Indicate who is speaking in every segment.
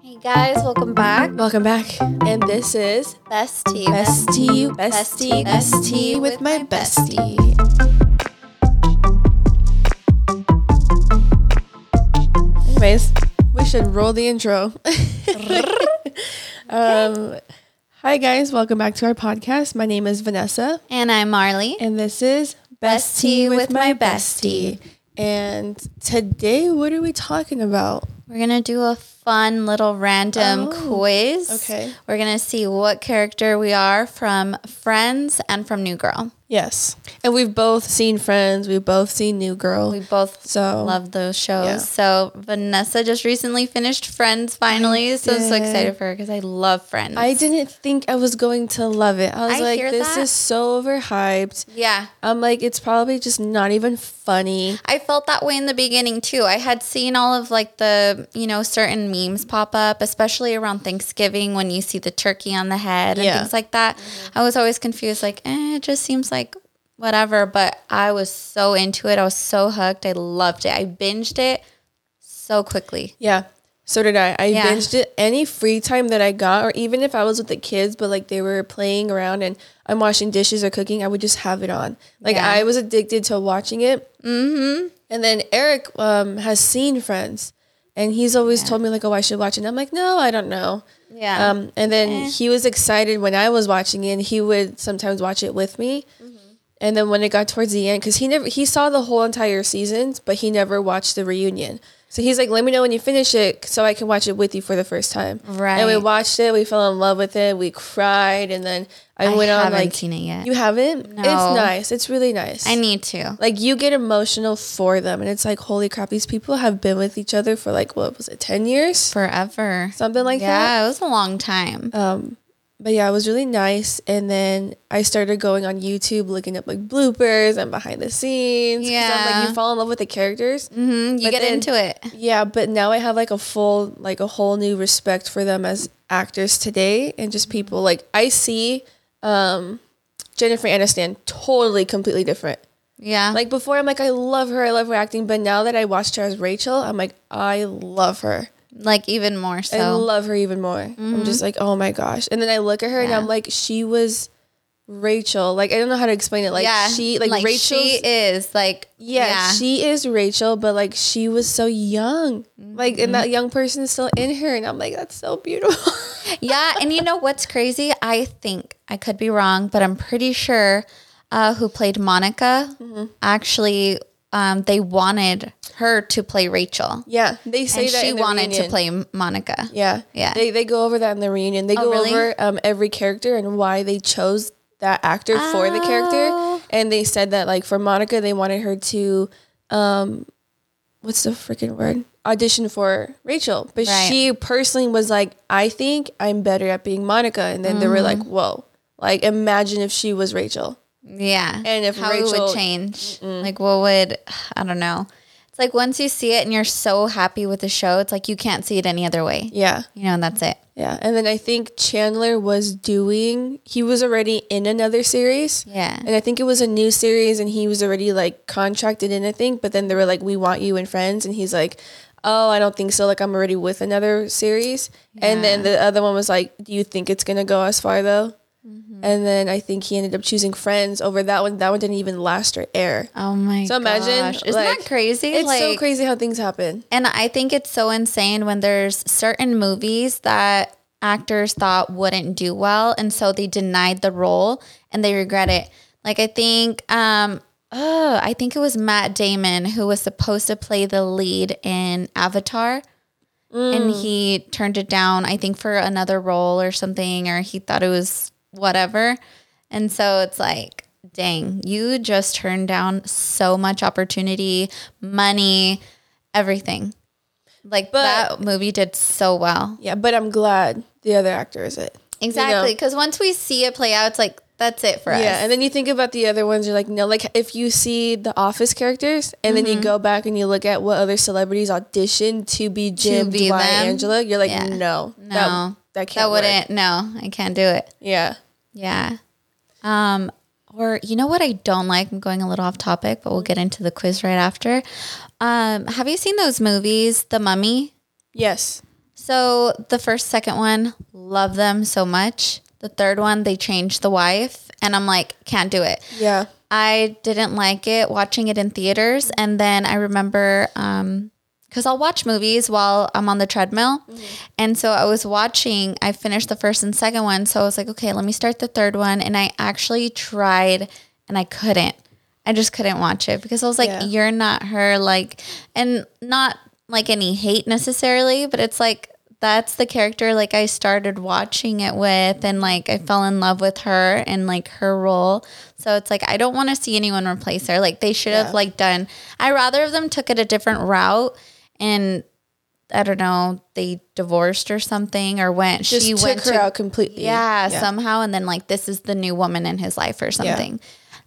Speaker 1: Hey guys, welcome back.
Speaker 2: Welcome back, and this is
Speaker 1: Bestie.
Speaker 2: bestie,
Speaker 1: Bestie,
Speaker 2: bestie, bestie with my bestie. Anyways, we should roll the intro. um, hi guys, welcome back to our podcast. My name is Vanessa,
Speaker 1: And I'm Marley.
Speaker 2: and this is Bestie, with, my bestie. And today, what are we talking about?
Speaker 1: We're gonna do a fun little random
Speaker 2: Oh,
Speaker 1: quiz.
Speaker 2: okay.
Speaker 1: We're gonna see what character we are from Friends and from New Girl.
Speaker 2: Yes, and we've both seen Friends. We've both seen New Girl.
Speaker 1: We both
Speaker 2: so
Speaker 1: love those shows.
Speaker 2: yeah.
Speaker 1: So Vanessa just recently finished Friends finally. so I'm so
Speaker 2: did.
Speaker 1: excited for her because I love Friends.
Speaker 2: I didn't think I was going to love it. I was
Speaker 1: I
Speaker 2: like,
Speaker 1: hear
Speaker 2: this is
Speaker 1: that.
Speaker 2: so overhyped.
Speaker 1: yeah.
Speaker 2: I'm like, it's probably just not even funny.
Speaker 1: I felt that way in the beginning too. I had seen all of like the, you know, certain memes pop up, especially around Thanksgiving when you see the turkey on the head and
Speaker 2: Yeah. Mm-hmm.
Speaker 1: things like that. I was always confused, like, eh, it just seems like whatever. But I was so into it. I was so hooked. I loved it. I binged it so quickly.
Speaker 2: Yeah. So did I. I
Speaker 1: Yeah.
Speaker 2: binged it any free time that I got, or even if I was with the kids, but like they were playing around and I'm washing dishes or cooking, I would just have it on. Like
Speaker 1: Yeah.
Speaker 2: I was addicted to watching it. Mm-hmm. And then Eric um, has seen Friends, and he's always told me like, oh, I should watch it. And I'm like, no, I don't know.
Speaker 1: Yeah. Eh.
Speaker 2: Um, and then he was excited when I was watching it. And he would sometimes watch it with me. And then when it got towards the end, because he never he saw the whole entire seasons, but he never watched the reunion. So he's like, "Let me know when you finish it, so I can watch it with you for the first time." And we
Speaker 1: Right.
Speaker 2: watched it. We fell in love with it. We cried, and then I,
Speaker 1: I
Speaker 2: went on
Speaker 1: haven't
Speaker 2: like
Speaker 1: seen it yet.
Speaker 2: you haven't. It's
Speaker 1: No.
Speaker 2: nice. It's really nice.
Speaker 1: I need to.
Speaker 2: like you get emotional for them, and it's like, holy crap, these people have been with each other for like what was it, ten years,
Speaker 1: Forever.
Speaker 2: something like that.
Speaker 1: yeah, it was a long time.
Speaker 2: Um, but yeah, it was really nice. And then I started going on YouTube, looking up like bloopers and behind the scenes. 'cause I'm
Speaker 1: Yeah.
Speaker 2: like you fall in love with the characters.
Speaker 1: hmm You
Speaker 2: but
Speaker 1: get
Speaker 2: then-
Speaker 1: into it.
Speaker 2: Yeah, but now I have like a full, like a whole new respect for them as actors today, and just people. Like I see, um, Jennifer Aniston totally, completely different.
Speaker 1: Yeah.
Speaker 2: Like before, I'm like I love her, I love her acting. But now that I watched her as Rachel, I'm like I love her.
Speaker 1: Like even more so.
Speaker 2: I love her even more. I'm just like, oh my gosh. And then I look at her and
Speaker 1: Mm-hmm. Yeah.
Speaker 2: I'm like, she was Rachel. Like I don't know how to explain it. Like she, like, Rachel.
Speaker 1: she is like
Speaker 2: yeah,
Speaker 1: yeah,
Speaker 2: she is Rachel, but like she was so young. Like
Speaker 1: Mm-hmm.
Speaker 2: and that young person is still in her, and I'm like, that's so beautiful.
Speaker 1: yeah. And you know what's crazy? I think I could be wrong, but I'm pretty sure uh, who played Monica
Speaker 2: Mm-hmm.
Speaker 1: actually um, they wanted her to play Rachel,
Speaker 2: yeah, they say
Speaker 1: and
Speaker 2: that
Speaker 1: she
Speaker 2: in the
Speaker 1: wanted to
Speaker 2: reunion.
Speaker 1: play M- Monica.
Speaker 2: Yeah,
Speaker 1: Yeah. Oh,
Speaker 2: They they go over that in the reunion. They go
Speaker 1: really?
Speaker 2: over um every character and why they chose that actor for the
Speaker 1: Oh.
Speaker 2: character, and they said that like for Monica, they wanted her to, um, what's the freaking word? Audition for Rachel, but
Speaker 1: Right.
Speaker 2: she personally was like, I think I'm better at being Monica, and then they were like,
Speaker 1: Mm-hmm.
Speaker 2: whoa. Like imagine if she was Rachel.
Speaker 1: Yeah.
Speaker 2: And if
Speaker 1: how it would
Speaker 2: Rachel-
Speaker 1: change. Like what would I don't know. It's like once you see it and you're so happy with the show, it's like you can't see it any other way.
Speaker 2: Yeah.
Speaker 1: You know, and that's it.
Speaker 2: Yeah. And then I think Chandler was doing he was already in another series.
Speaker 1: Yeah.
Speaker 2: And I think it was a new series, and he was already like contracted in, I think. But then they were like, "We want you and Friends," and he's like, "Oh, I don't think so. Like, I'm already with another series." And then the other one was like, "Do you think it's gonna go as far though?" And then I think he ended up choosing Friends over that one. That one didn't even last or air.
Speaker 1: Oh my
Speaker 2: So imagine,
Speaker 1: gosh. Isn't
Speaker 2: like,
Speaker 1: that crazy?
Speaker 2: It's so
Speaker 1: Like-
Speaker 2: crazy how things happen.
Speaker 1: And I think it's so insane when there's certain movies that actors thought wouldn't do well and so they denied the role and they regret it. Like I think um oh, I think it was Matt Damon who was supposed to play the lead in Avatar and
Speaker 2: Mm.
Speaker 1: he turned it down I think for another role or something or he thought it was whatever. And so it's like dang, you just turned down so much opportunity, money, everything. Like
Speaker 2: But-
Speaker 1: that movie did so well.
Speaker 2: Yeah, but I'm glad the other actor is it.
Speaker 1: Exactly. Because once we see it play out, it's like, that's it for
Speaker 2: Yeah,
Speaker 1: us.
Speaker 2: and then you think about the other ones. You're like, no, like if you see the Office characters, and then
Speaker 1: Mm-hmm.
Speaker 2: you go back and you look at what other celebrities auditioned to be Jim,
Speaker 1: be
Speaker 2: Dwight,
Speaker 1: them.
Speaker 2: Angela, you're like,
Speaker 1: Yeah.
Speaker 2: no,
Speaker 1: No,
Speaker 2: that, that can't.
Speaker 1: That
Speaker 2: work.
Speaker 1: wouldn't, no, I can't do it.
Speaker 2: Yeah,
Speaker 1: Yeah. Um, or you know what I don't like? I'm going a little off topic, but we'll get into the quiz right after. Um, have you seen those movies, The Mummy?
Speaker 2: yes,
Speaker 1: So the first, second one, love them so much. The third one, they changed the wife, and I'm like, can't do it.
Speaker 2: Yeah.
Speaker 1: I didn't like it watching it in theaters. And then I remember, um, because I'll watch movies while I'm on the treadmill. And so I was watching, I finished the first and second one. So I was like, okay, let me start the third one. And I actually tried and I couldn't. I just couldn't watch it because I was like,
Speaker 2: Yeah.
Speaker 1: you're not her. Like, and not like any hate necessarily, but it's like, that's the character like I started watching it with and like I fell in love with her and like her role. So it's like I don't want to see anyone replace her. Like they should
Speaker 2: Yeah.
Speaker 1: have like done I rather if them took it a different route and I don't know, they divorced or something or went
Speaker 2: Just
Speaker 1: she
Speaker 2: took
Speaker 1: went
Speaker 2: her
Speaker 1: to
Speaker 2: out completely.
Speaker 1: yeah, somehow and then like this is the new woman in his life or something.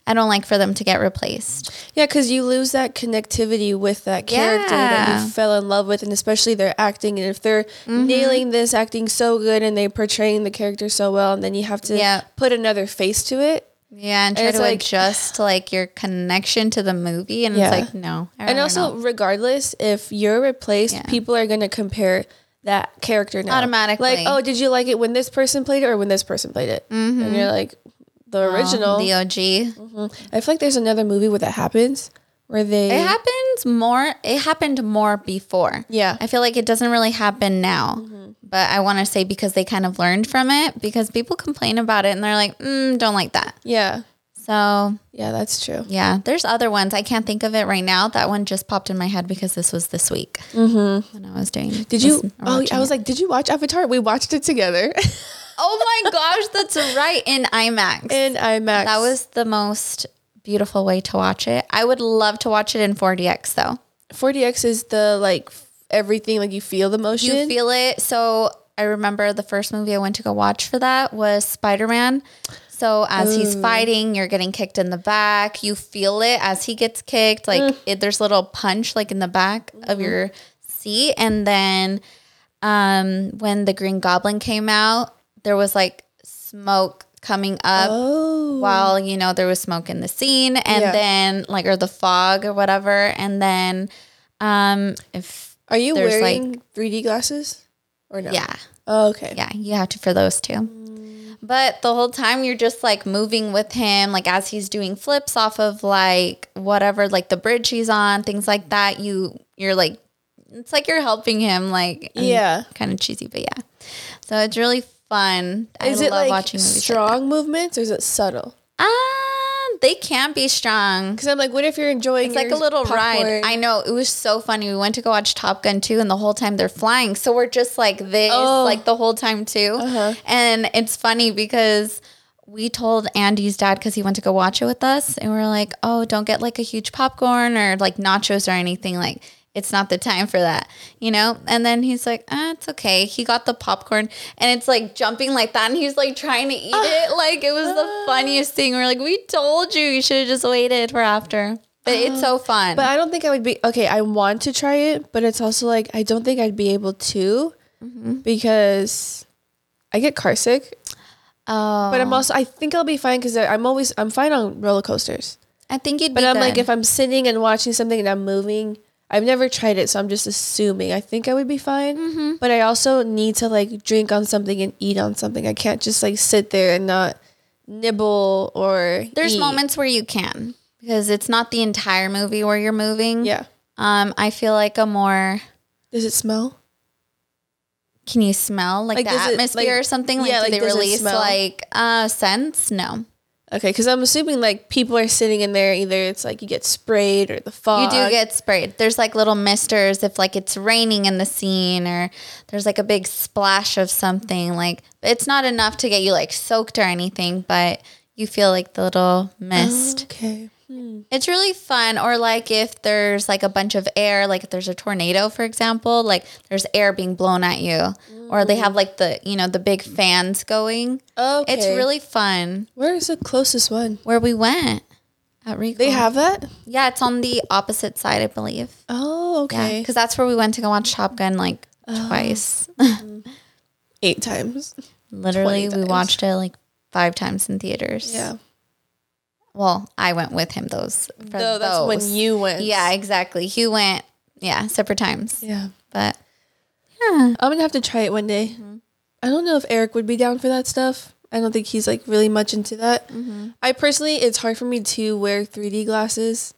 Speaker 1: I don't like for them to get replaced.
Speaker 2: Yeah, because you lose that connectivity with that character that
Speaker 1: Yeah. Mm-hmm.
Speaker 2: you fell in love with, and especially their acting. And if they're nailing this acting so good and they portraying the character so well, and then you have to
Speaker 1: Yeah.
Speaker 2: put another face to it.
Speaker 1: Yeah, and try
Speaker 2: it's
Speaker 1: to
Speaker 2: like-
Speaker 1: adjust like your connection to the movie and
Speaker 2: Yeah.
Speaker 1: it's like no. I
Speaker 2: and
Speaker 1: rather
Speaker 2: also,
Speaker 1: not.
Speaker 2: regardless, if you're replaced,
Speaker 1: Yeah.
Speaker 2: people are going to compare that character now. Like,
Speaker 1: Automatically.
Speaker 2: oh, did you like it when this person played it or when this person played it? And you're like, the original.
Speaker 1: Mm-hmm.
Speaker 2: Mm-hmm.
Speaker 1: the OG.
Speaker 2: I feel like there's another movie where that happens where they.
Speaker 1: It happens more. It happened more before.
Speaker 2: Yeah. Mm-hmm.
Speaker 1: I feel like it doesn't really happen now, but I want to say because they kind of learned from it because people complain about it and they're like, mm, don't like that.
Speaker 2: yeah.
Speaker 1: So
Speaker 2: Yeah, that's true.
Speaker 1: yeah, there's other ones I can't think of it right now. That one just popped in my head because this was this week when I was doing.
Speaker 2: Mm-hmm. Did you? Oh, I was like, did you watch Avatar? We watched it together.
Speaker 1: oh my gosh, that's right in IMAX.
Speaker 2: in IMAX.
Speaker 1: that was the most beautiful way to watch it. I would love to watch it in 4DX though.
Speaker 2: 4DX is the like f- everything like you feel the motion.
Speaker 1: You feel it. So I remember the first movie I went to go watch for that was Spider Man. So as he's fighting, you're getting kicked in the back. You feel it as he gets kicked. Like it, there's a little punch like in the back of your seat, and then um, when the Green Goblin came out, there was like smoke coming up
Speaker 2: oh,
Speaker 1: while you know there was smoke in the scene and
Speaker 2: Yeah.
Speaker 1: then like or the fog or whatever and then um if
Speaker 2: are you
Speaker 1: there's,
Speaker 2: wearing 3D glasses or no?
Speaker 1: yeah
Speaker 2: Oh, okay.
Speaker 1: yeah, you have to for those two. But the whole time you're just like moving with him, like as he's doing flips off of like whatever, like the bridge he's on, things like that. You you're like, it's like you're helping him, like and
Speaker 2: Yeah.
Speaker 1: kind of cheesy, but yeah. So it's really fun.
Speaker 2: Is it like
Speaker 1: like
Speaker 2: strong movements or is it subtle?
Speaker 1: that. Ah, they can be strong.
Speaker 2: Because I'm like, what if you're enjoying?
Speaker 1: It's like a little ride.
Speaker 2: I
Speaker 1: I know it was so funny. We went to go watch Top Gun too, and the whole time they're flying, so we're just like this,
Speaker 2: Oh.
Speaker 1: like the whole time too.
Speaker 2: Uh-huh.
Speaker 1: And it's funny because we told Andy's dad because he went to go watch it with us, and we are like, "Oh, don't get like a huge popcorn or like nachos or anything. Like it's not the time for that, you know." And then he's like, ah, "It's okay." He got the popcorn, and it's like jumping like that, and he's like trying to eat
Speaker 2: Ah.
Speaker 1: it. Like it was the funniest thing. We're like, "We told you, you should have just waited for after." But it's so fun.
Speaker 2: Ah. but I don't think I would be okay. I want to try it, but it's also like I don't think I'd be able to
Speaker 1: Mm-hmm.
Speaker 2: because I get car sick.
Speaker 1: oh,
Speaker 2: But I'm also I think I'll be fine because I'm always I'm fine on roller coasters.
Speaker 1: I think you'd.
Speaker 2: But
Speaker 1: be
Speaker 2: I'm like,
Speaker 1: good.
Speaker 2: if I'm sitting and watching something and I'm moving, I've never tried it, so I'm just assuming. I think I would be fine,
Speaker 1: Mm-hmm.
Speaker 2: but I also need to like drink on something and eat on something. I can't just like sit there and not nibble or.
Speaker 1: there's
Speaker 2: eat.
Speaker 1: moments where you can because it's not the entire movie where you're moving.
Speaker 2: Yeah.
Speaker 1: Um, I feel like a more
Speaker 2: Does it smell?
Speaker 1: can you smell like,
Speaker 2: Like,
Speaker 1: the
Speaker 2: does it-
Speaker 1: atmosphere
Speaker 2: like-
Speaker 1: or something? Like,
Speaker 2: yeah,
Speaker 1: do
Speaker 2: like,
Speaker 1: they
Speaker 2: does it
Speaker 1: release
Speaker 2: smell?
Speaker 1: like uh scents? No.
Speaker 2: Okay, because I'm assuming like people are sitting in there. Either it's like you get sprayed or the fog.
Speaker 1: You do get sprayed. There's like little misters if like it's raining in the scene or there's like a big splash of something. Like it's not enough to get you like soaked or anything, but you feel like the little mist.
Speaker 2: Okay. Oh.
Speaker 1: It's really fun. Or like if there's like a bunch of air, like if there's a tornado, for example, like there's air being blown at you, or they have like the you know the big fans going.
Speaker 2: Okay.
Speaker 1: It's really fun.
Speaker 2: Where is the closest one?
Speaker 1: Where we went at Rico,
Speaker 2: They have that.
Speaker 1: yeah, it's on the opposite side, I believe.
Speaker 2: Oh,
Speaker 1: Yeah,
Speaker 2: okay. Oh.
Speaker 1: because that's where we went to go watch Top Gun like twice.
Speaker 2: Eight times.
Speaker 1: Literally,
Speaker 2: 20
Speaker 1: we
Speaker 2: times.
Speaker 1: watched it like five times in theaters.
Speaker 2: Yeah.
Speaker 1: Well, I went with him those. For
Speaker 2: Though that's when
Speaker 1: those.
Speaker 2: you went.
Speaker 1: Yeah, exactly. He went. Yeah, separate times.
Speaker 2: Yeah.
Speaker 1: But Yeah.
Speaker 2: I'm gonna have to try it one day.
Speaker 1: Mm-hmm.
Speaker 2: I don't know if Eric would be down for that stuff. I don't think he's like really much into that.
Speaker 1: Mm-hmm.
Speaker 2: I personally, it's hard for me to wear 3D glasses.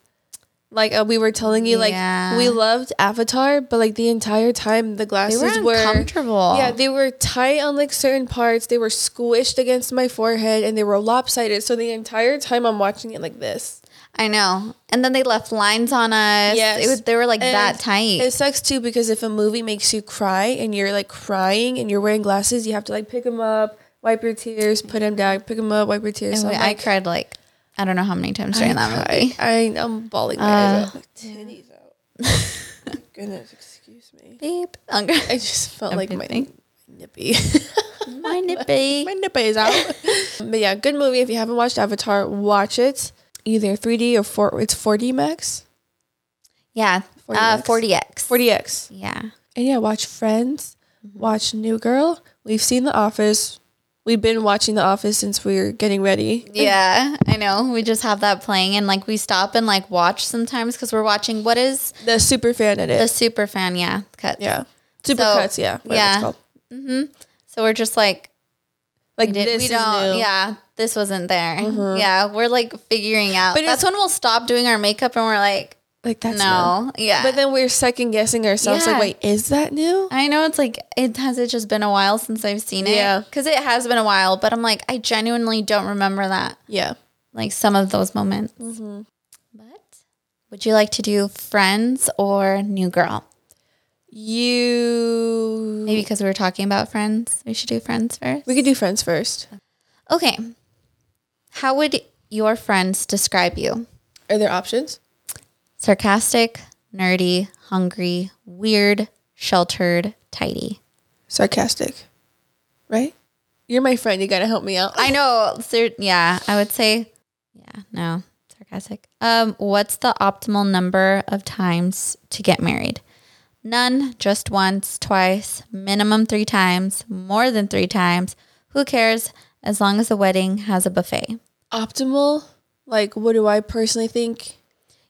Speaker 2: Like uh, we were telling you,
Speaker 1: Yeah.
Speaker 2: like we loved Avatar, but like the entire time the
Speaker 1: They
Speaker 2: glasses
Speaker 1: were uncomfortable.
Speaker 2: yeah, they were tight on like certain parts. They were squished against my forehead and they were lopsided. So the entire time I'm watching it like this.
Speaker 1: I know. And then they left lines on us.
Speaker 2: Yes.
Speaker 1: It was, they were like
Speaker 2: And
Speaker 1: that tight.
Speaker 2: It sucks too because if a movie makes you cry and you're like crying and you're wearing glasses, you have to like pick them up, wipe your tears, put them down, pick them up, wipe your tears.
Speaker 1: And
Speaker 2: So
Speaker 1: we-
Speaker 2: I'm
Speaker 1: Oh, I
Speaker 2: like,
Speaker 1: cried like I don't know how many times during that
Speaker 2: cry.
Speaker 1: movie.
Speaker 2: I, am bawling my eyes out, like titties out. Goodness, excuse me.
Speaker 1: Beep. Uncle-
Speaker 2: I just felt
Speaker 1: I'm
Speaker 2: like my
Speaker 1: kidding.
Speaker 2: nippy.
Speaker 1: My nippy.
Speaker 2: My nipple is out. but yeah, good movie. If you haven't watched Avatar, watch it. Either 3D or 4 it's 4D max.
Speaker 1: Yeah.
Speaker 2: 40X.
Speaker 1: Uh, 40X.
Speaker 2: 4DX.
Speaker 1: Yeah.
Speaker 2: And yeah, watch Friends,
Speaker 1: Mm-hmm.
Speaker 2: watch New Girl. We've seen The Office. We've been watching The Office since we were getting ready.
Speaker 1: Yeah. I know. We just have that playing and like we stop and like watch sometimes because we're watching what is
Speaker 2: The super fan edit.
Speaker 1: the super fan? Yeah. Cut.
Speaker 2: yeah. Super cuts, yeah. whatever it's
Speaker 1: yeah.
Speaker 2: called.
Speaker 1: So we're just like,
Speaker 2: Like
Speaker 1: we did-
Speaker 2: this
Speaker 1: we
Speaker 2: is
Speaker 1: don't,
Speaker 2: new. Mm-hmm.
Speaker 1: yeah, this wasn't there. Yeah. We're like figuring out.
Speaker 2: But
Speaker 1: But that's when we'll stop doing our makeup and we're like,
Speaker 2: Like that's new.
Speaker 1: no. Yeah.
Speaker 2: But then we're second guessing ourselves
Speaker 1: Yeah.
Speaker 2: like, wait, is that new?
Speaker 1: I know it's like it has it just been a while since I've seen it.
Speaker 2: Yeah.
Speaker 1: Cause it has been a while, but I'm like, I genuinely don't remember that.
Speaker 2: Yeah.
Speaker 1: Like some of those moments.
Speaker 2: Mm-hmm.
Speaker 1: But would you like to do friends or new girl?
Speaker 2: You
Speaker 1: Maybe because we were talking about friends. We should do friends first.
Speaker 2: we could do friends first.
Speaker 1: Okay. How would your friends describe you?
Speaker 2: Are there options?
Speaker 1: Sarcastic, nerdy, hungry, weird, sheltered, tidy.
Speaker 2: sarcastic, right? You're my friend. You gotta help me out.
Speaker 1: I know. Ser- yeah, I would say, yeah, no, sarcastic. Um, what's the optimal number of times to get married? None, just once, twice, minimum three times, more than three times. Who cares? As long as the wedding has a buffet.
Speaker 2: Optimal. Like, what do I personally think?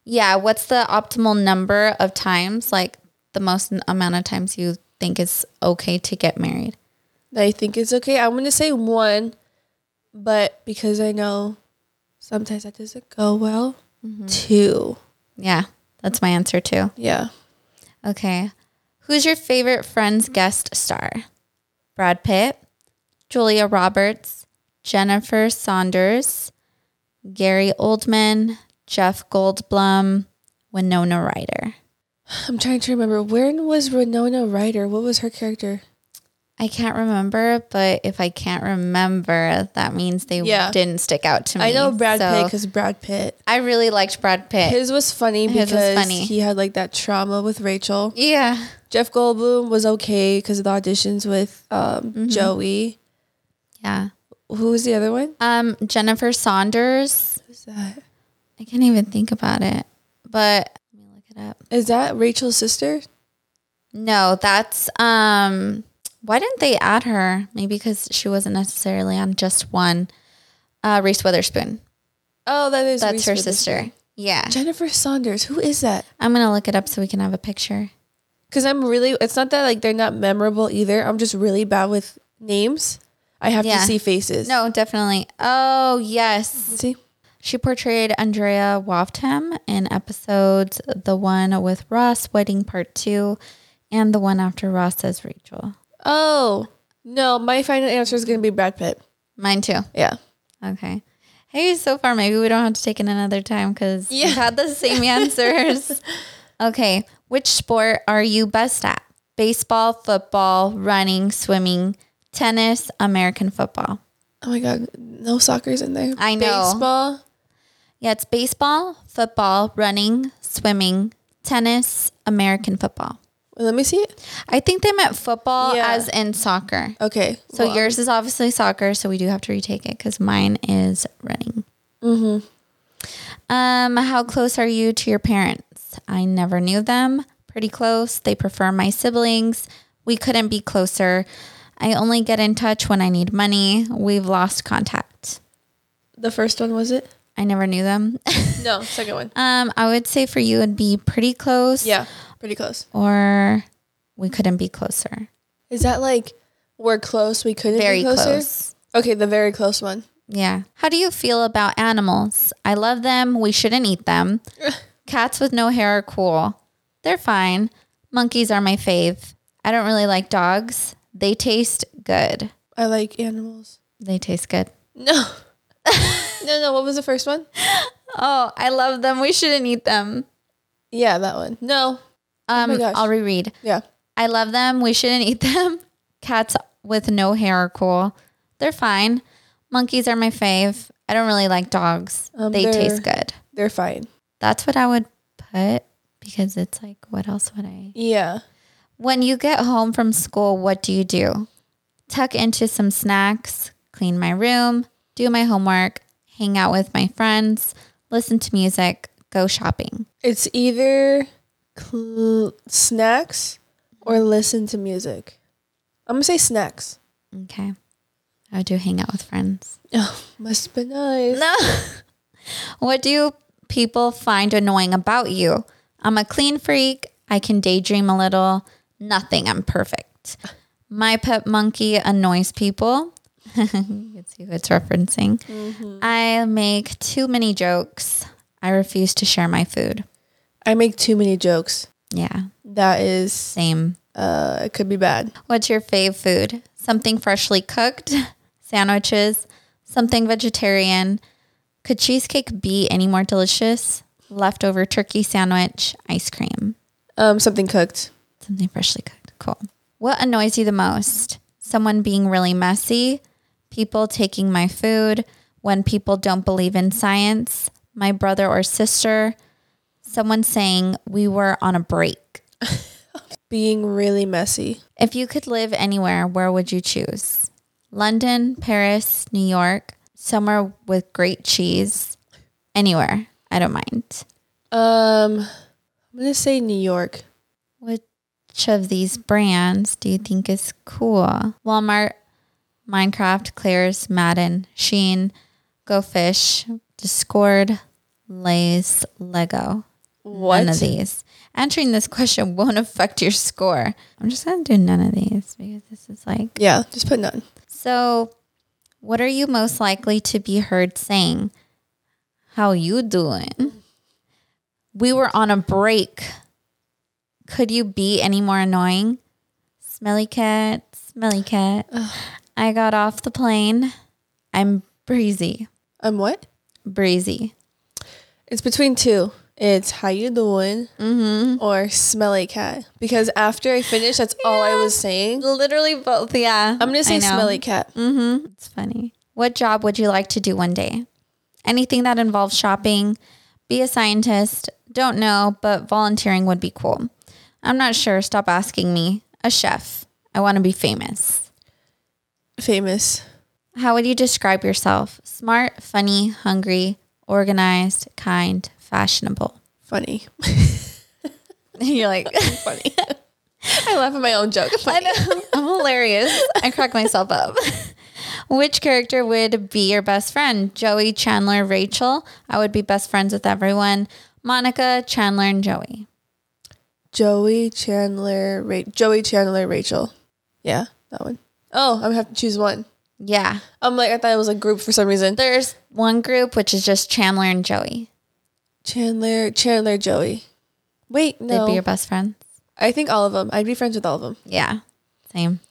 Speaker 1: Yeah, what's the optimal number of times? Like the most n- amount of times you think is okay to get married?
Speaker 2: That I think is okay. I'm gonna say one, but because I know sometimes that doesn't go well.
Speaker 1: Mm-hmm.
Speaker 2: Two.
Speaker 1: Yeah, that's my answer too.
Speaker 2: Yeah.
Speaker 1: Okay. Who's your favorite Friends guest star? Brad Pitt, Julia Roberts, Jennifer Saunders, Gary Oldman, Jeff Goldblum, Winona Ryder.
Speaker 2: I'm trying to remember. When was Renona Ryder? What was her character?
Speaker 1: I can't remember, but if I can't remember, that means they
Speaker 2: Yeah.
Speaker 1: didn't stick out to me.
Speaker 2: I know Brad
Speaker 1: So,
Speaker 2: Pitt because Brad Pitt.
Speaker 1: I really liked Brad Pitt.
Speaker 2: His was funny
Speaker 1: His was
Speaker 2: because
Speaker 1: funny.
Speaker 2: he had like that trauma with Rachel.
Speaker 1: yeah.
Speaker 2: Jeff Goldblum was okay because of the auditions with um,
Speaker 1: Mm-hmm.
Speaker 2: Joey.
Speaker 1: Yeah.
Speaker 2: Who was the other one?
Speaker 1: Um, Jennifer Saunders.
Speaker 2: Who's that?
Speaker 1: I can't even think about it, but let me look it up.
Speaker 2: Is that Rachel's sister?
Speaker 1: No, that's um why didn't they add her? Maybe because she wasn't necessarily on just one. Uh Reese Witherspoon.
Speaker 2: Oh, that is.
Speaker 1: That's
Speaker 2: Reese
Speaker 1: her
Speaker 2: Witherspoon.
Speaker 1: sister. Yeah.
Speaker 2: Jennifer Saunders. Who is that?
Speaker 1: I'm gonna look it up so we can have a picture.
Speaker 2: Because I'm really. It's not that like they're not memorable either. I'm just really bad with names. I have
Speaker 1: Yeah.
Speaker 2: to see faces.
Speaker 1: No, definitely. Oh yes.
Speaker 2: See.
Speaker 1: She portrayed Andrea Waftem in episodes the one with Ross, Wedding Part Two, and the one after Ross as Rachel.
Speaker 2: Oh no, my final answer is gonna be Brad Pitt.
Speaker 1: Mine too.
Speaker 2: Yeah.
Speaker 1: Okay. Hey, so far, maybe we don't have to take in another time because
Speaker 2: Yeah.
Speaker 1: we've had the same answers. okay. Which sport are you best at? Baseball, football, running, swimming, tennis, American football.
Speaker 2: Oh my God, no soccer's in there.
Speaker 1: I know.
Speaker 2: Baseball.
Speaker 1: Yeah, it's baseball, football, running, swimming, tennis, American football.
Speaker 2: Wait, let me see it.
Speaker 1: I think they meant football
Speaker 2: Yeah.
Speaker 1: as in soccer.
Speaker 2: Okay.
Speaker 1: So
Speaker 2: Well,
Speaker 1: yours is obviously soccer, so we do have to retake it because mine is running. Mm-hmm. Um, how close are you to your parents? I never knew them. Pretty close. They prefer my siblings. We couldn't be closer. I only get in touch when I need money. We've lost contact.
Speaker 2: the first one was it?
Speaker 1: I never knew them.
Speaker 2: No, second one.
Speaker 1: um, I would say for you it'd be pretty close.
Speaker 2: Yeah, pretty close.
Speaker 1: Or we couldn't be closer.
Speaker 2: Is that like we're close? We couldn't
Speaker 1: Very
Speaker 2: be closer.
Speaker 1: close.
Speaker 2: Okay, the very close one.
Speaker 1: Yeah. How do you feel about animals? I love them. We shouldn't eat them. Cats with no hair are cool. They're fine. Monkeys are my fave. I don't really like dogs. They taste good.
Speaker 2: I like animals.
Speaker 1: They taste good.
Speaker 2: No. no, no. What was the first one?
Speaker 1: Oh, I love them. We shouldn't eat them.
Speaker 2: Yeah, that one. No.
Speaker 1: Um,
Speaker 2: gosh.
Speaker 1: I'll reread.
Speaker 2: Yeah.
Speaker 1: I love them. We shouldn't eat them. Cats with no hair are cool. They're fine. Monkeys are my fave. I don't really like dogs.
Speaker 2: Um,
Speaker 1: they
Speaker 2: they're-
Speaker 1: taste good.
Speaker 2: They're fine.
Speaker 1: That's what I would put because it's like, what else would I?
Speaker 2: Yeah.
Speaker 1: When you get home from school, what do you do? Tuck into some snacks, clean my room, do my homework, hang out with my friends, listen to music, go shopping.
Speaker 2: It's either cl- snacks or listen to music. I'm gonna say snacks.
Speaker 1: Okay. I would do hang out with friends.
Speaker 2: Oh, must be nice.
Speaker 1: No. what do people find annoying about you? I'm a clean freak. I can daydream a little. Nothing. I'm perfect. My pet monkey annoys people. you can see who it's referencing. I make too many jokes. I refuse to share my food.
Speaker 2: I make too many jokes.
Speaker 1: Yeah,
Speaker 2: That is,
Speaker 1: same.
Speaker 2: uh, it could be bad.
Speaker 1: What's your fave food? Something freshly cooked, sandwiches, something vegetarian. Could cheesecake be any more delicious? Leftover turkey sandwich, ice cream,
Speaker 2: Um, something cooked.
Speaker 1: something freshly cooked. Cool. What annoys you the most? Someone being really messy, people taking my food, when people don't believe in science, my brother or sister, someone saying we were on a break.
Speaker 2: Being really messy.
Speaker 1: If you could live anywhere, where would you choose? London, Paris, New York, somewhere with great cheese. Anywhere. I don't mind.
Speaker 2: Um, I'm gonna say New York.
Speaker 1: Which of these brands do you think is cool? Walmart, Minecraft, Claire's, Madden, Sheen, Go Fish, Discord, Lay's, Lego. None of
Speaker 2: What?
Speaker 1: these. Answering this question won't affect your score. I'm just going to do none of these because this is like
Speaker 2: Yeah, just put none.
Speaker 1: So, what are you most likely to be heard saying? How you doing? We were on a break. Could you be any more annoying? Smelly cat, smelly cat. I got off the plane. I'm breezy,
Speaker 2: Um, what?
Speaker 1: breezy.
Speaker 2: It's between two. It's how you doing
Speaker 1: Mm-hmm.
Speaker 2: or smelly cat. Because after I finished, that's all I was saying.
Speaker 1: Literally both. Yeah,
Speaker 2: I'm gonna say smelly cat. Mm,
Speaker 1: Mm-hmm. It's funny. What job would you like to do one day? Anything that involves shopping, be a scientist, don't know, but volunteering would be cool. I'm not sure. Stop asking me. A chef. I want to be famous.
Speaker 2: Famous.
Speaker 1: How would you describe yourself? Smart, funny, hungry, organized, kind, fashionable.
Speaker 2: Funny.
Speaker 1: You're like,
Speaker 2: Funny. I laugh at my own joke. Funny.
Speaker 1: I'm hilarious. I crack myself up. Which character would be your best friend? Joey, Chandler, Rachel. I would be best friends with everyone. Monica, Chandler, and Joey.
Speaker 2: Joey Chandler, Ra- Joey Chandler, Rachel. Yeah, that one. Oh, I'm gonna have to choose one.
Speaker 1: Yeah.
Speaker 2: I'm like, I thought it was a group for some reason.
Speaker 1: There's one group which is just Chandler and Joey.
Speaker 2: Chandler, Chandler, Joey. Wait,
Speaker 1: They'd
Speaker 2: no.
Speaker 1: be your best friends.
Speaker 2: I think all of them. I'd be friends with all of them.
Speaker 1: Yeah. Same.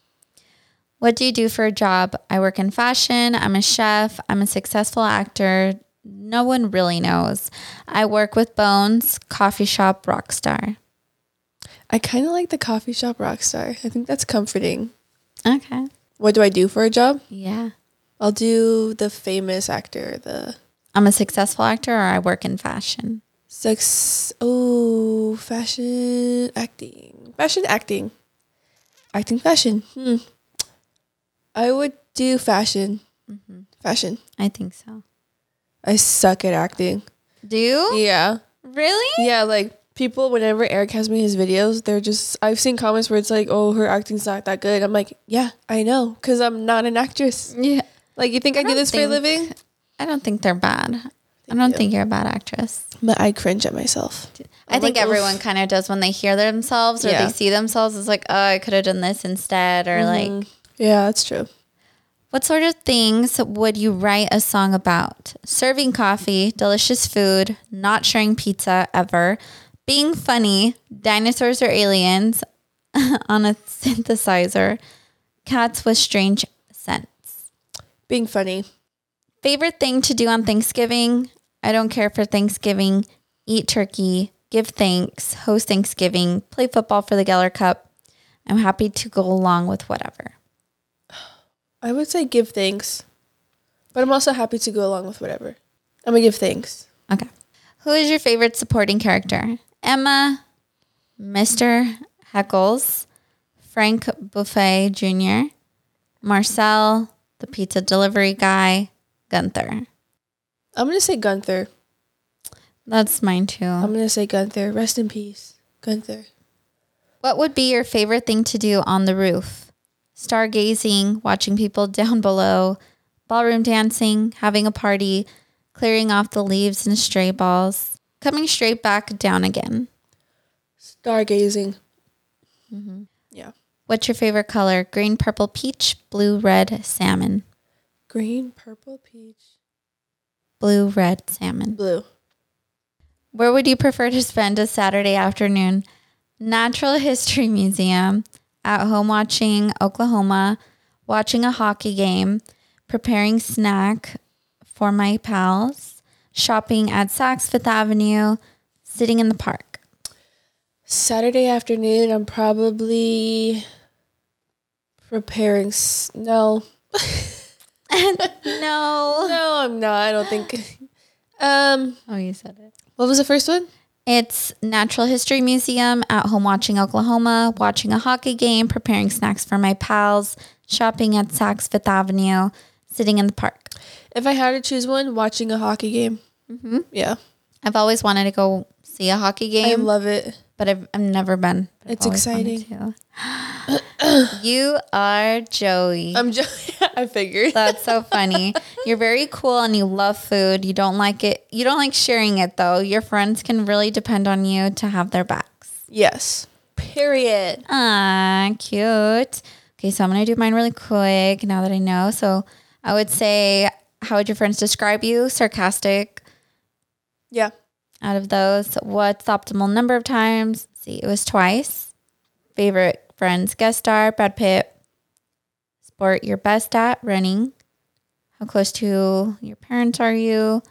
Speaker 1: What do you do for a job? I work in fashion. I'm a chef. I'm a successful actor. No one really knows. I work with Bones, coffee shop, rock star.
Speaker 2: I kind of like the coffee shop rock star. I think that's comforting.
Speaker 1: Okay.
Speaker 2: What do I do for a job?
Speaker 1: Yeah.
Speaker 2: I'll do the famous actor, the
Speaker 1: I'm a successful actor or I work in fashion.
Speaker 2: sex. Oh, fashion acting, fashion acting, acting fashion. Hmm. I would do fashion,
Speaker 1: Mm-hmm.
Speaker 2: fashion.
Speaker 1: I think so.
Speaker 2: I suck at acting.
Speaker 1: Do you?
Speaker 2: Yeah.
Speaker 1: Really?
Speaker 2: Yeah, like people whenever Eric has me in his videos, they're just I've seen comments where it's like, "Oh, her acting's not that good." I'm like, "Yeah, I know cuz I'm not an actress."
Speaker 1: Yeah.
Speaker 2: Like you think I, do
Speaker 1: don't
Speaker 2: this for a
Speaker 1: think-
Speaker 2: living?
Speaker 1: I don't think they're bad. I don't think you're a bad actress.
Speaker 2: But I cringe at myself.
Speaker 1: I think
Speaker 2: like, oof.
Speaker 1: everyone kind of does when they hear themselves or
Speaker 2: Yeah.
Speaker 1: they see themselves. It's like, oh, I could have done this instead. Or like,
Speaker 2: Mm-hmm. Yeah, that's true.
Speaker 1: what sort of things would you write a song about? Serving coffee, delicious food, not sharing pizza ever, being funny, dinosaurs or aliens on a synthesizer, cats with strange scents.
Speaker 2: Being funny.
Speaker 1: Favorite thing to do on Thanksgiving? I don't care for Thanksgiving. Eat turkey, give thanks, host Thanksgiving, play football for the Geller Cup. I'm happy to go along with whatever.
Speaker 2: I would say give thanks, but I'm also happy to go along with whatever. I'm gonna give thanks.
Speaker 1: Okay. Who is your favorite supporting character? Emma, Mr. Heckles, Frank Buffet Jr., Marcel, the pizza delivery guy, Gunther.
Speaker 2: I'm gonna say Gunther.
Speaker 1: That's mine too.
Speaker 2: I'm gonna say Gunther. Rest in peace, Gunther.
Speaker 1: What would be your favorite thing to do on the roof? Stargazing, watching people down below, ballroom dancing, having a party, clearing off the leaves and stray balls, coming straight back down again.
Speaker 2: Stargazing. Yeah.
Speaker 1: What's your favorite color? Green, purple, peach, blue, red, salmon.
Speaker 2: Green, purple, peach,
Speaker 1: Blue, red, salmon.
Speaker 2: blue.
Speaker 1: Where would you prefer to spend a Saturday afternoon? Natural History Museum, at home watching Oklahoma, watching a hockey game, preparing snack for my pals, shopping at Saks Fifth Avenue, sitting in the park.
Speaker 2: Saturday afternoon. I'm probably preparing. S- no,
Speaker 1: no.
Speaker 2: no, I'm not. I don't think. um,
Speaker 1: Oh, you said it.
Speaker 2: what was the first one?
Speaker 1: It's Natural History Museum, at home watching Oklahoma, watching a hockey game, preparing snacks for my pals, shopping at Saks Fifth Avenue, sitting in the park.
Speaker 2: If I had to choose one, watching a hockey game. Yeah,
Speaker 1: I've always wanted to go see a hockey
Speaker 2: Mm-hmm. I
Speaker 1: game,
Speaker 2: love it.
Speaker 1: but I've, I've never been. but I've
Speaker 2: It's
Speaker 1: always wanted to. you are Joey.
Speaker 2: I'm just. I figured.
Speaker 1: That's so funny. You're very cool and you love food. You don't like it. You don't like sharing it though. Your friends can really depend on you to have their backs.
Speaker 2: Yes. Period.
Speaker 1: Ah, cute. Okay, so I'm gonna do mine really quick now that I know. So I would say, how would your friends describe you? Sarcastic,
Speaker 2: Yeah.
Speaker 1: out of those what's the optimal number of times Let's see it was twice favorite friends guest star brad pitt sport you're best at running how close to your parents are you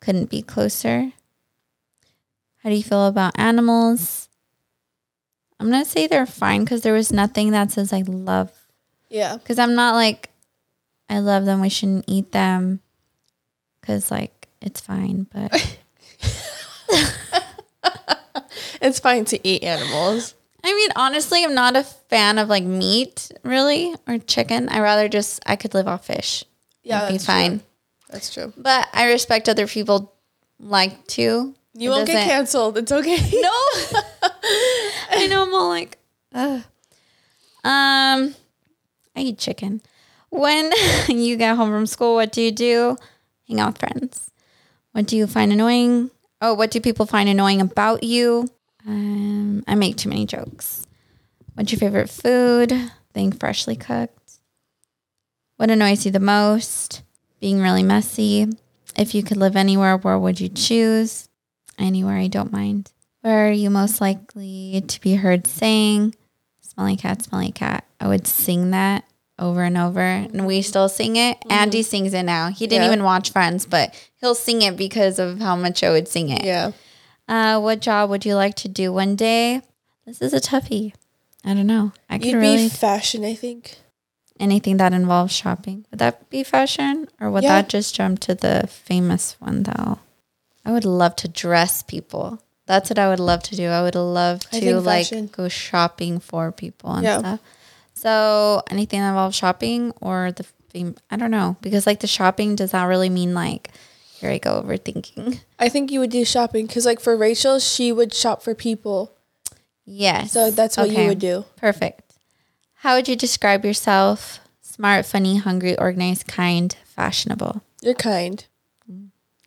Speaker 1: couldn't be closer how do you feel about animals i'm gonna say they're fine because there was nothing that says i love
Speaker 2: Yeah.
Speaker 1: because i'm not like i love them we shouldn't eat them because like it's fine but
Speaker 2: It's fine to eat animals.
Speaker 1: I mean, honestly, I'm not a fan of like meat, really, or chicken. I rather just I could live off fish.
Speaker 2: Yeah,
Speaker 1: It'd be
Speaker 2: that's
Speaker 1: fine.
Speaker 2: True. That's true.
Speaker 1: But I respect other people like to.
Speaker 2: You
Speaker 1: It
Speaker 2: won't get
Speaker 1: doesn't-
Speaker 2: canceled. It's okay.
Speaker 1: No, I know. I'm all like, ugh. Um, I eat chicken. When you get home from school, what do you do? Hang out with friends. What do you find annoying? Oh, what do people find annoying about you? Um, I make too many jokes. What's your favorite food? Being freshly cooked. What annoys you the most? Being really messy. If you could live anywhere, where would you choose? Anywhere, I don't mind. Where are you most likely to be heard saying, Smelly cat, smelly cat? I would sing that over and over. And we still sing it. Andy sings it now. He didn't
Speaker 2: Yeah.
Speaker 1: even watch Friends, but he'll sing it because of how much I would sing it.
Speaker 2: Yeah.
Speaker 1: Uh, what job would you like to do one day? This is a toughie. I don't know. I could
Speaker 2: You'd
Speaker 1: really
Speaker 2: be fashion, I think.
Speaker 1: anything that involves shopping. Would that be fashion, or would
Speaker 2: Yeah.
Speaker 1: that just jump to the famous one though? I would love to dress people. That's what I would love to do. I would love
Speaker 2: I
Speaker 1: to
Speaker 2: think
Speaker 1: like
Speaker 2: fashion.
Speaker 1: go shopping for people and
Speaker 2: Yeah.
Speaker 1: stuff. So anything that involves shopping or the fam- I don't know because like the shopping does that really mean like here I go overthinking.
Speaker 2: I think you would do shopping because, like, for Rachel, she would shop for people.
Speaker 1: Yes.
Speaker 2: So that's what
Speaker 1: Okay.
Speaker 2: you would do.
Speaker 1: Perfect. How would you describe yourself? Smart, funny, hungry, organized, kind, fashionable. Mm.
Speaker 2: You're kind.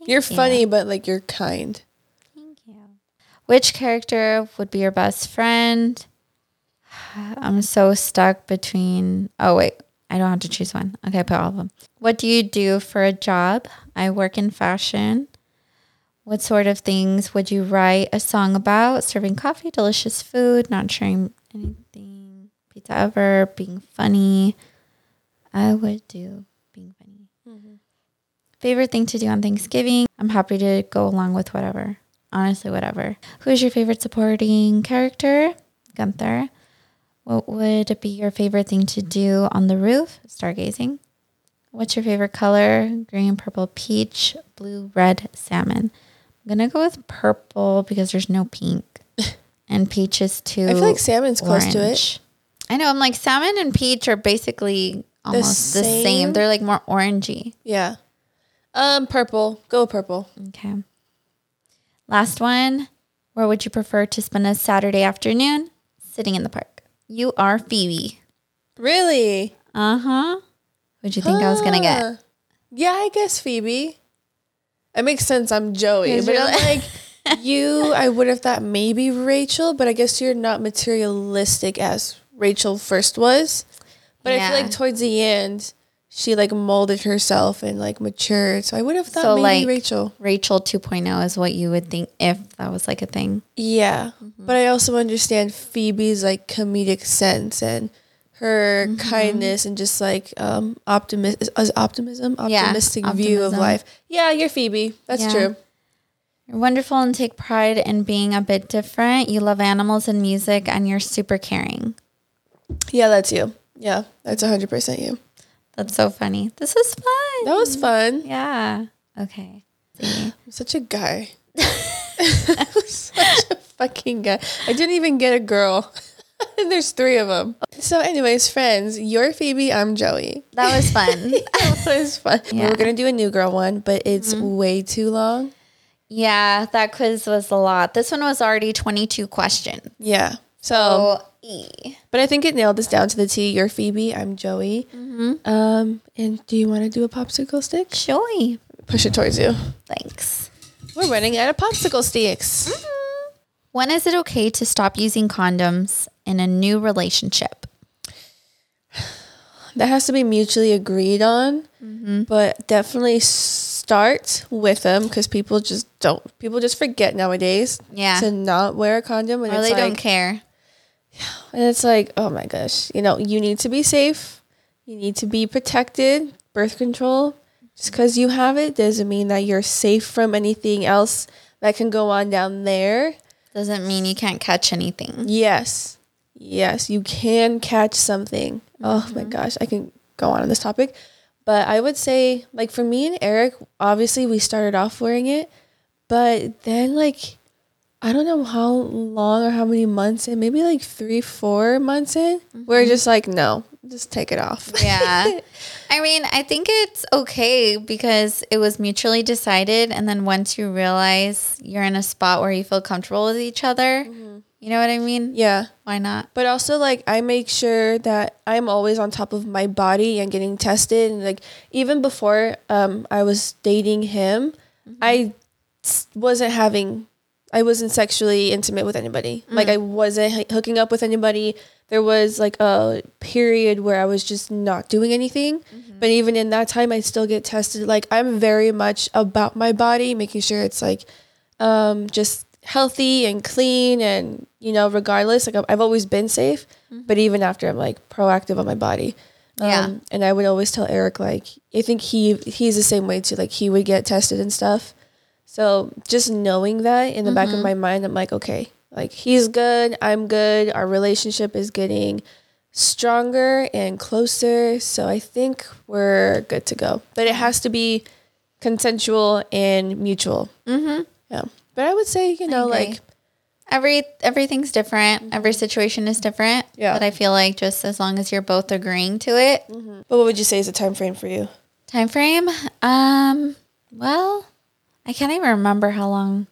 Speaker 2: You're funny, but like you're kind.
Speaker 1: Thank you. Which character would be your best friend? I'm so stuck between. Oh, wait. I don't have to choose one. Okay, I put all of them. What do you do for a job? I work in fashion. What sort of things would you write a song about? Serving coffee, delicious food, not sharing anything, pizza ever, being funny. I would do being funny.
Speaker 2: Mm-hmm.
Speaker 1: Favorite thing to do on Thanksgiving? I'm happy to go along with whatever. Honestly, whatever. Who is your favorite supporting character? Gunther. What would be your favorite thing to do on the roof? Stargazing. What's your favorite color? Green, purple, peach, blue, red, salmon. I'm gonna go with purple because there's no pink, and peach is too.
Speaker 2: I feel like salmon's close to it.
Speaker 1: orange. I know. I'm like salmon and peach are basically almost the
Speaker 2: same?
Speaker 1: same. They're like more orangey.
Speaker 2: Yeah. Um, purple. Go with purple.
Speaker 1: Okay. Last one. Where would you prefer to spend a Saturday afternoon? Sitting in the park. You are Phoebe.
Speaker 2: Really?
Speaker 1: Uh huh. What'd you think I was gonna get?
Speaker 2: Huh. Yeah, I guess Phoebe. It makes sense. I'm Joey,
Speaker 1: Because
Speaker 2: but
Speaker 1: you're
Speaker 2: I'm like you. I would have thought maybe Rachel, but I guess you're not materialistic as Rachel first was. But I
Speaker 1: Yeah.
Speaker 2: feel like towards the end, she like molded herself and like matured. So I would have thought
Speaker 1: So,
Speaker 2: maybe
Speaker 1: like-
Speaker 2: Rachel.
Speaker 1: Rachel 2.0 is what you would think if that was like a thing.
Speaker 2: Yeah,
Speaker 1: Mm-hmm.
Speaker 2: but I also understand Phoebe's like comedic sense and her
Speaker 1: Mm-hmm.
Speaker 2: kindness and just like um optimism, is optimism,
Speaker 1: Yeah,
Speaker 2: optimistic view of
Speaker 1: optimism.
Speaker 2: life. Yeah, you're Phoebe. That's
Speaker 1: Yeah.
Speaker 2: true.
Speaker 1: You're wonderful and take pride in being a bit different. You love animals and music, and you're super caring.
Speaker 2: Yeah, that's you. Yeah, that's hundred percent you.
Speaker 1: That's so funny. This is fun.
Speaker 2: That was fun.
Speaker 1: yeah. Okay. See.
Speaker 2: I'm such a guy. I'm such a fucking guy. I didn't even get a girl. and there's three of them. So, anyways, friends, you're Phoebe. I'm Joey.
Speaker 1: That was fun.
Speaker 2: That was fun.
Speaker 1: Yeah. Mm-hmm.
Speaker 2: We're gonna do a new girl one, but it's way too long.
Speaker 1: yeah, that quiz was a lot. This one was already 22 questions.
Speaker 2: Yeah. So,
Speaker 1: Oh, e.
Speaker 2: but I think it nailed us down to the T. You're Phoebe. I'm Joey.
Speaker 1: Mm-hmm.
Speaker 2: Um, and do you want to do a popsicle stick?
Speaker 1: Joy.
Speaker 2: Push it towards you.
Speaker 1: Thanks.
Speaker 2: We're running out of popsicle sticks.
Speaker 1: Mm-hmm. When is it okay to stop using condoms in a new relationship?
Speaker 2: That has to be mutually agreed on,
Speaker 1: Mm-hmm.
Speaker 2: but definitely start with them because people just don't. People just forget nowadays.
Speaker 1: Yeah.
Speaker 2: To not wear a condom, and
Speaker 1: Or
Speaker 2: it's
Speaker 1: they
Speaker 2: like,
Speaker 1: don't care.
Speaker 2: and it's like, oh my gosh, you know, you need to be safe. You need to be protected. Birth control. Just because you have it doesn't mean that you're safe from anything else that can go on down there.
Speaker 1: Doesn't mean you can't catch anything.
Speaker 2: Yes. Yes, you can catch something. Oh my gosh, I can go on on this topic. But I would say, like, for me and Eric, obviously we started off wearing it, but then, like, I don't know how long or how many months in, maybe like three, four months in, we're just like, no, just take it off.
Speaker 1: Yeah. I mean, I think it's okay because it was mutually decided. And then once you realize you're in a spot where you feel comfortable with each other, you know what I mean?
Speaker 2: yeah.
Speaker 1: Why not?
Speaker 2: But also, like, I make sure that I'm always on top of my body and getting tested. And, like, even before um, I was dating him, I s- wasn't having, I wasn't sexually intimate with anybody. Like, I wasn't h- hooking up with anybody. There was, like, a period where I was just not doing anything. But even in that time, I still get tested. Like, I'm very much about my body, making sure it's, like, um, just healthy and clean and you know regardless like I've- i've always been safe but even after i'm like proactive on my body um,
Speaker 1: Yeah.
Speaker 2: and i would always tell eric like i think he he's the same way too like he would get tested and stuff so just knowing that in the back of my mind i'm like okay like he's good i'm good our relationship is getting stronger and closer so i think we're good to go but it has to be consensual and mutual yeah. But I would say, you know,
Speaker 1: agree.
Speaker 2: like
Speaker 1: Every everything's different. Every situation is different.
Speaker 2: Mm-hmm. Yeah. Mm-hmm.
Speaker 1: But I feel like just as long as you're both agreeing to it,
Speaker 2: but what would you say is the time frame for you?
Speaker 1: time frame. Um. Well, I can't even remember how long.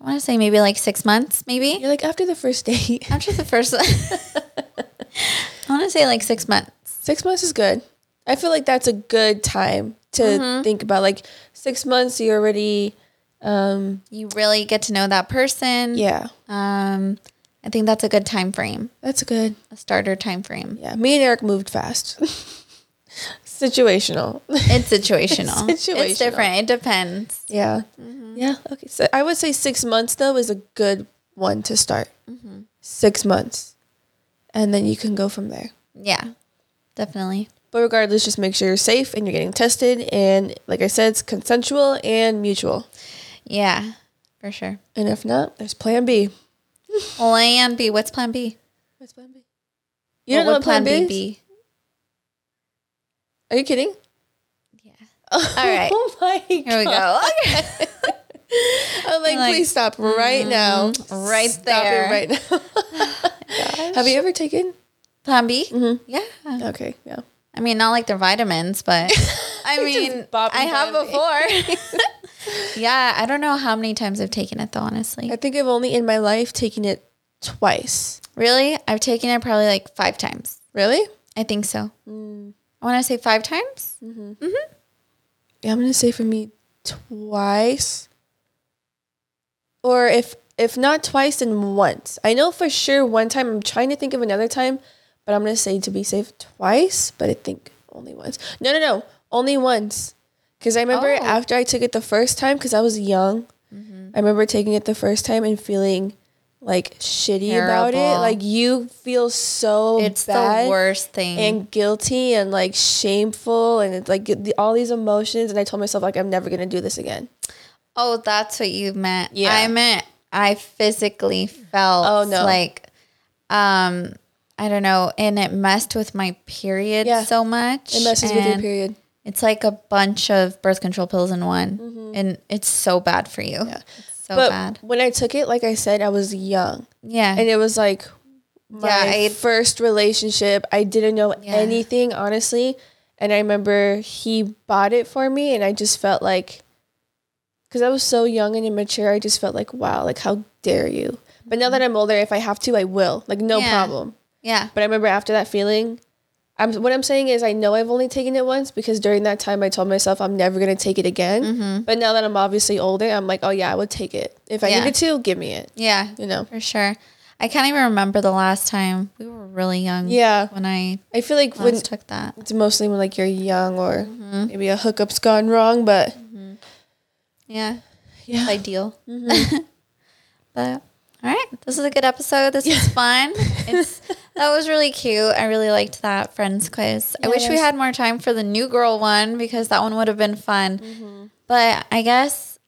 Speaker 1: I want to say maybe like six months, maybe.
Speaker 2: You're like after the first date.
Speaker 1: After the first, I want to say like six months.
Speaker 2: Six months is good. I feel like that's a good time to think about. Like six months, you already, um,
Speaker 1: You really get to know that person.
Speaker 2: yeah,
Speaker 1: Um, I think that's a good time frame,
Speaker 2: that's good.
Speaker 1: a starter time frame.
Speaker 2: Yeah, me and Eric moved fast. Situational.
Speaker 1: It's situational.
Speaker 2: It's situational.
Speaker 1: It's different. It depends.
Speaker 2: yeah,
Speaker 1: Mm-hmm.
Speaker 2: yeah. Okay, so I would say six months though is a good one to start.
Speaker 1: Mm-hmm.
Speaker 2: Six months, and then you can go from there.
Speaker 1: Yeah, definitely.
Speaker 2: But regardless, just make sure you're safe and you're getting tested. And like I said, it's consensual and mutual.
Speaker 1: Yeah, for sure.
Speaker 2: And if not, there's plan B.
Speaker 1: Plan B. What's plan B?
Speaker 2: What's plan B? You don't know what plan, B, is?
Speaker 1: be?
Speaker 2: Are you kidding?
Speaker 1: Yeah. All right.
Speaker 2: oh my god.
Speaker 1: Here we go. Okay.
Speaker 2: I'm like,
Speaker 1: Like,
Speaker 2: please stop right now.
Speaker 1: right
Speaker 2: stop
Speaker 1: there.
Speaker 2: It right now. Have you ever taken?
Speaker 1: plan B?
Speaker 2: Mm-hmm.
Speaker 1: Yeah.
Speaker 2: Okay. Yeah.
Speaker 1: I mean, not like they're vitamins, but I mean,
Speaker 2: bopping
Speaker 1: I have
Speaker 2: Plan B.
Speaker 1: before. yeah, I don't know how many times I've taken it though, honestly.
Speaker 2: I think I've only in my life taken it twice.
Speaker 1: Really? I've taken it probably like five times.
Speaker 2: Really?
Speaker 1: I think so.
Speaker 2: Mm.
Speaker 1: I want to say five times.
Speaker 2: Yeah, I'm gonna say for me twice. Or if if not twice, then once. I know for sure one time. I'm trying to think of another time, but I'm gonna say to be safe twice. But I think only once. No, no, no, only once. Because I remember
Speaker 1: Oh. Mm-hmm.
Speaker 2: after I took it the first time, because I was young. I remember taking it the first time and feeling like shitty about it.
Speaker 1: Terrible.
Speaker 2: Like you feel so
Speaker 1: It's
Speaker 2: bad
Speaker 1: the worst thing.
Speaker 2: and guilty and like shameful and it's like the, all these emotions and i told myself like i'm never gonna do this again
Speaker 1: oh, that's what you meant.
Speaker 2: Yeah.
Speaker 1: I meant I physically felt
Speaker 2: Oh, no.
Speaker 1: like um I don't know, and it messed with my period
Speaker 2: Yeah.
Speaker 1: so much.
Speaker 2: it messes with your
Speaker 1: and
Speaker 2: period
Speaker 1: It's like a bunch of birth control pills in one, and it's so bad for you. It's so
Speaker 2: Mm-hmm. but
Speaker 1: bad.
Speaker 2: when i took it like i said i was young
Speaker 1: Yeah.
Speaker 2: and it was like my
Speaker 1: Yeah, I-
Speaker 2: first relationship i didn't know
Speaker 1: Yeah.
Speaker 2: anything honestly and i remember he bought it for me and i just felt like because i was so young and immature i just felt like wow like how dare you but now that i'm older if i have to i will like no
Speaker 1: Mm-hmm. Yeah.
Speaker 2: problem
Speaker 1: yeah.
Speaker 2: But I remember after that feeling, I'm what I'm saying is I know I've only taken it once because during that time I told myself I'm never gonna take it again. But now that I'm obviously older, I'm like, oh yeah, I would take it if I
Speaker 1: Yeah.
Speaker 2: needed to. Give me it,
Speaker 1: Yeah.
Speaker 2: you know.
Speaker 1: For sure. I can't even remember the last time we were really young.
Speaker 2: Yeah,
Speaker 1: When I
Speaker 2: I feel like
Speaker 1: last
Speaker 2: when
Speaker 1: took that.
Speaker 2: it's mostly when like you're young or maybe a hookup's gone wrong, but
Speaker 1: Yeah.
Speaker 2: yeah,
Speaker 1: Ideal. but all right. This is a good episode. This was fun. It's that was really cute. I really liked that friends quiz. I
Speaker 2: Yeah,
Speaker 1: wish we
Speaker 2: that's-
Speaker 1: had more time for the new girl one because that one would have been fun. But I guess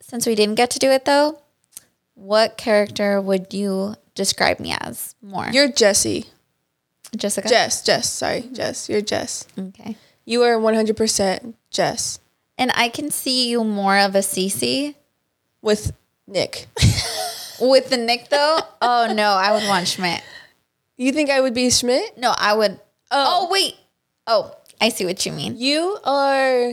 Speaker 1: since we didn't get to do it though, what character would you describe me as more?
Speaker 2: you're Jesse,
Speaker 1: Jessica.
Speaker 2: Jess, Jess. Sorry, Jess. You're Jess.
Speaker 1: okay.
Speaker 2: You are 100 percent Jess
Speaker 1: And I can see you more of a Cece
Speaker 2: with Nick.
Speaker 1: with the Nick though. oh no, I would want Schmidt.
Speaker 2: you think I would be Schmidt?
Speaker 1: No, I would.
Speaker 2: Oh.
Speaker 1: Oh, wait. Oh, I see what you mean.
Speaker 2: You are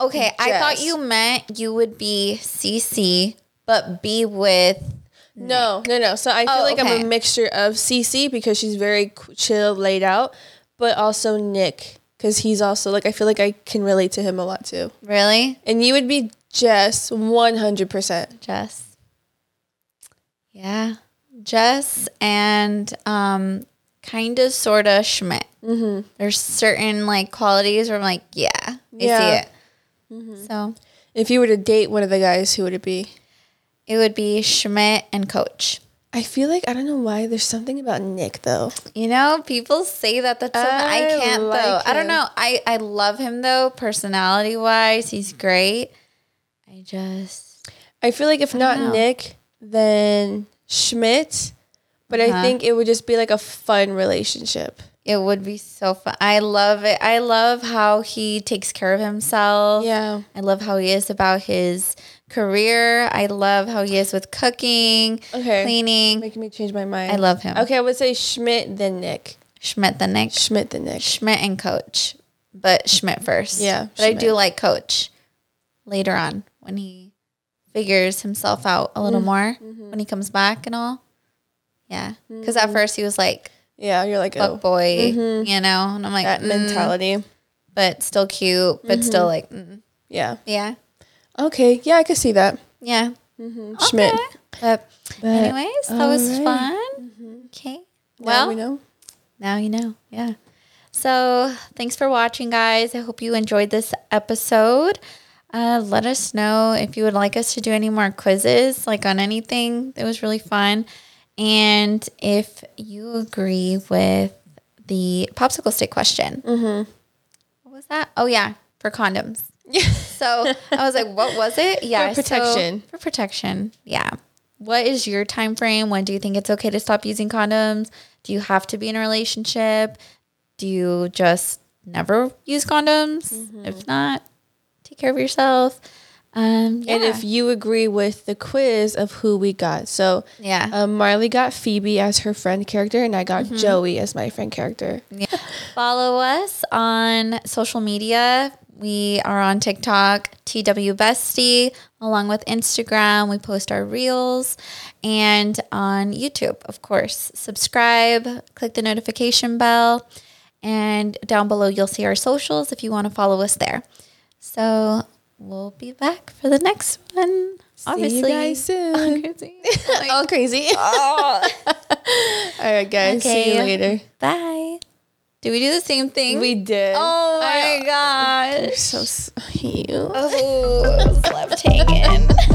Speaker 1: Okay, I thought
Speaker 2: Jess.
Speaker 1: you meant you would be CC, but be with.
Speaker 2: No, no, no. So I feel
Speaker 1: Oh,
Speaker 2: like I'm
Speaker 1: okay.
Speaker 2: a mixture of Cece because she's very c- chill, laid out, but also Nick because he's also like I feel like I can relate to him a lot too.
Speaker 1: Really?
Speaker 2: And you would be Jess 100. percent
Speaker 1: Jess. Yeah. Jess and um, kind of, sort of Schmidt. Mm-hmm. There's certain like qualities where I'm like, yeah, Mm-hmm. I see
Speaker 2: Yeah.
Speaker 1: it. So
Speaker 2: If you were to date one of the guys, who would it be?
Speaker 1: it would be Schmidt and Coach.
Speaker 2: I feel like I don't know why. There's something about Nick though.
Speaker 1: You know, people say that that's something I,
Speaker 2: I
Speaker 1: can't
Speaker 2: like
Speaker 1: though. I
Speaker 2: him.
Speaker 1: don't know. I I love him though, personality wise, he's great. I just
Speaker 2: I feel like if not
Speaker 1: know.
Speaker 2: Nick, then Schmidt. But I
Speaker 1: Uh-huh.
Speaker 2: think it would just be like a fun relationship.
Speaker 1: it would be so fun. I love it. I love how he takes care of himself.
Speaker 2: Yeah.
Speaker 1: I love how he is about his career. I love how he is with cooking,
Speaker 2: Okay.
Speaker 1: cleaning.
Speaker 2: Making me change my mind.
Speaker 1: I love him.
Speaker 2: Okay, I would say Schmidt then Nick.
Speaker 1: Schmidt the next.
Speaker 2: Schmidt the Nick.
Speaker 1: Schmidt and Coach, but Schmidt first.
Speaker 2: Yeah,
Speaker 1: But I do
Speaker 2: Schmidt.
Speaker 1: like Coach later on when he figures himself out a
Speaker 2: Mm-hmm.
Speaker 1: little more when he comes back and all. Yeah. Because
Speaker 2: Mm-hmm.
Speaker 1: at first he was like,
Speaker 2: Yeah, you're like,
Speaker 1: fuck
Speaker 2: oh,
Speaker 1: boy, you know? And I'm like, mm,
Speaker 2: that mentality. Mm-hmm.
Speaker 1: but still cute, but still like, mm.
Speaker 2: Yeah.
Speaker 1: yeah,
Speaker 2: Okay. Yeah, I could see that.
Speaker 1: yeah.
Speaker 2: Mm-hmm. Schmidt.
Speaker 1: Okay. But, anyways, that was
Speaker 2: alright.
Speaker 1: fun. Okay.
Speaker 2: Mm-hmm. Now
Speaker 1: Well,
Speaker 2: we know.
Speaker 1: Now you know. Yeah. So thanks for watching, guys. I hope you enjoyed this episode. Uh, let us know if you would like us to do any more quizzes, like on anything. It was really fun. And if you agree with the popsicle stick question. Mm-hmm. What was that? Oh, yeah, for condoms. So I was like, what was it? Yeah. so-
Speaker 2: For protection.
Speaker 1: for protection. Yeah. What is your time frame? When do you think it's okay to stop using condoms? Do you have to be in a relationship? Do you just never use condoms?
Speaker 2: Mm-hmm.
Speaker 1: If not, take care of yourself. Um yeah.
Speaker 2: And if you agree with the quiz of who we got, so
Speaker 1: yeah.
Speaker 2: um, Marley got Phoebe as her friend character, and I got Joey as my friend character.
Speaker 1: Follow us on social media. We are on TikTok, TW Bestie, along with Instagram. We post our reels and on YouTube, of course. Subscribe, click the notification bell, and down below you'll see our socials if you want to follow us there. So we'll be back for the next one. Obviously.
Speaker 2: See you guys soon.
Speaker 1: Crazy.
Speaker 2: All crazy.
Speaker 1: Oh.
Speaker 2: All right, guys. See you
Speaker 1: Okay.
Speaker 2: later.
Speaker 1: Bye. Did we do the same thing?
Speaker 2: We did.
Speaker 1: Oh my
Speaker 2: I-
Speaker 1: gosh.
Speaker 2: So s- you.
Speaker 1: Oh, I was left hanging.